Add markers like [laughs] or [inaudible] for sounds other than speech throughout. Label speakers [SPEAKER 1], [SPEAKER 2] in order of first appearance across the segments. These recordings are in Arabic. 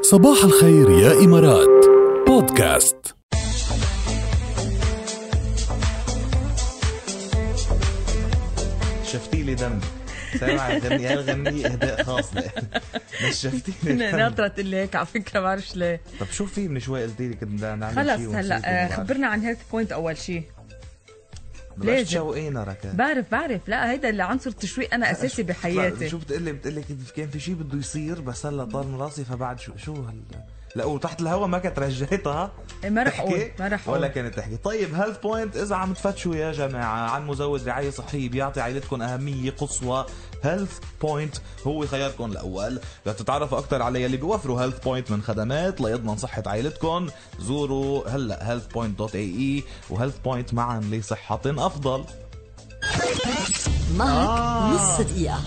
[SPEAKER 1] صباح الخير يا إمارات بودكاست
[SPEAKER 2] شفتي لي دم سامع غني يا غني اهداء خاص لا مش شفتي لي
[SPEAKER 3] كنا
[SPEAKER 2] دم
[SPEAKER 3] ناطرة تقول لك على فكرة ما بعرف ليه
[SPEAKER 2] طب شو في من شوي قلتي لي كنا نعمل شيء
[SPEAKER 3] خلص
[SPEAKER 2] ونسيت
[SPEAKER 3] هلا آه،
[SPEAKER 2] وما بعرف.
[SPEAKER 3] خبرنا عن هيلث بوينت أول شيء
[SPEAKER 2] بلاش
[SPEAKER 3] لازم.
[SPEAKER 2] تشوقينا ركا
[SPEAKER 3] بعرف بعرف لا هيدا اللي عنصر تشويق أنا أساسي
[SPEAKER 2] شو
[SPEAKER 3] بحياتي
[SPEAKER 2] بتقلي بتقلي كيف كان في شيء بده يصير بس هلا طار من راسي فبعد شو شو هلا لا وتحت الهوا ما كنت رجيتها
[SPEAKER 3] إيه، ما رح
[SPEAKER 2] تحكي
[SPEAKER 3] أقول ما رح
[SPEAKER 2] ولا
[SPEAKER 3] أقول
[SPEAKER 2] كانت تحكي طيب هيلث بوينت اذا عم تفتشوا يا جماعه عن مزود رعايه صحيه بيعطي عائلتكم اهميه قصوى هيلث بوينت هو خياركم الاول لتتعرفوا اكثر على يلي بيوفروا هيلث بوينت من خدمات ليضمن صحه عائلتكم زوروا هلا هيلث بوينت دوت اي اي وهيلث بوينت معا لصحه افضل
[SPEAKER 4] معك
[SPEAKER 2] آه.
[SPEAKER 4] نص دقيقة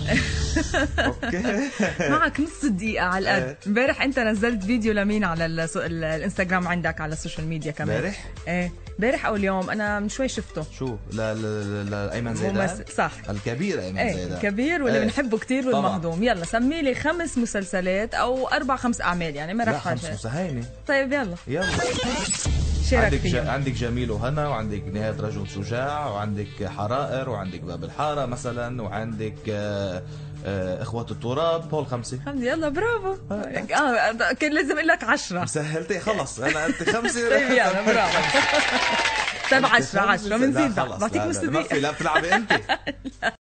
[SPEAKER 2] اوكي
[SPEAKER 3] معك نص دقيقة على القد
[SPEAKER 2] إيه.
[SPEAKER 3] امبارح أنت نزلت فيديو لمين على الس- ال- الانستغرام عندك على السوشيال ميديا كمان
[SPEAKER 2] امبارح
[SPEAKER 3] ايه امبارح أو اليوم أنا من شوي شفته
[SPEAKER 2] شو لا لا لا ايمن زيدان
[SPEAKER 3] ممثل صح
[SPEAKER 2] الكبير ايمن
[SPEAKER 3] ايه
[SPEAKER 2] زيدان
[SPEAKER 3] كبير واللي
[SPEAKER 2] إيه.
[SPEAKER 3] بنحبه كتير
[SPEAKER 2] طبعاً.
[SPEAKER 3] والمهضوم يلا سمي لي خمس مسلسلات او اربع خمس اعمال يعني ما
[SPEAKER 2] لا
[SPEAKER 3] رح
[SPEAKER 2] خمس
[SPEAKER 3] أجي.
[SPEAKER 2] مسهينه
[SPEAKER 3] طيب يلا
[SPEAKER 2] يلا
[SPEAKER 3] شارك
[SPEAKER 2] عندك ج...
[SPEAKER 3] فيهم
[SPEAKER 2] عندك جميل وهنا وعندك نهاية رجل شجاع وعندك حرائر وعندك باب الحارة مثلا وعندك آه، آه، إخوة التراب هول خمسة
[SPEAKER 3] حمدي يلا برافو
[SPEAKER 2] آه.
[SPEAKER 3] اه كان لازم اقول
[SPEAKER 2] [laughs]
[SPEAKER 3] لك 10
[SPEAKER 2] سهلتي خلص أنا قلت خمسة
[SPEAKER 3] [laughs] طيب يلا
[SPEAKER 2] [laughs]
[SPEAKER 3] برافو طيب 10 10
[SPEAKER 2] خمسة.
[SPEAKER 3] بنزيد
[SPEAKER 2] لا، خلص.
[SPEAKER 3] بعطيك
[SPEAKER 2] لا،
[SPEAKER 3] نص
[SPEAKER 2] لا، ما في
[SPEAKER 3] دقيقة
[SPEAKER 2] لا بتلعبي أنت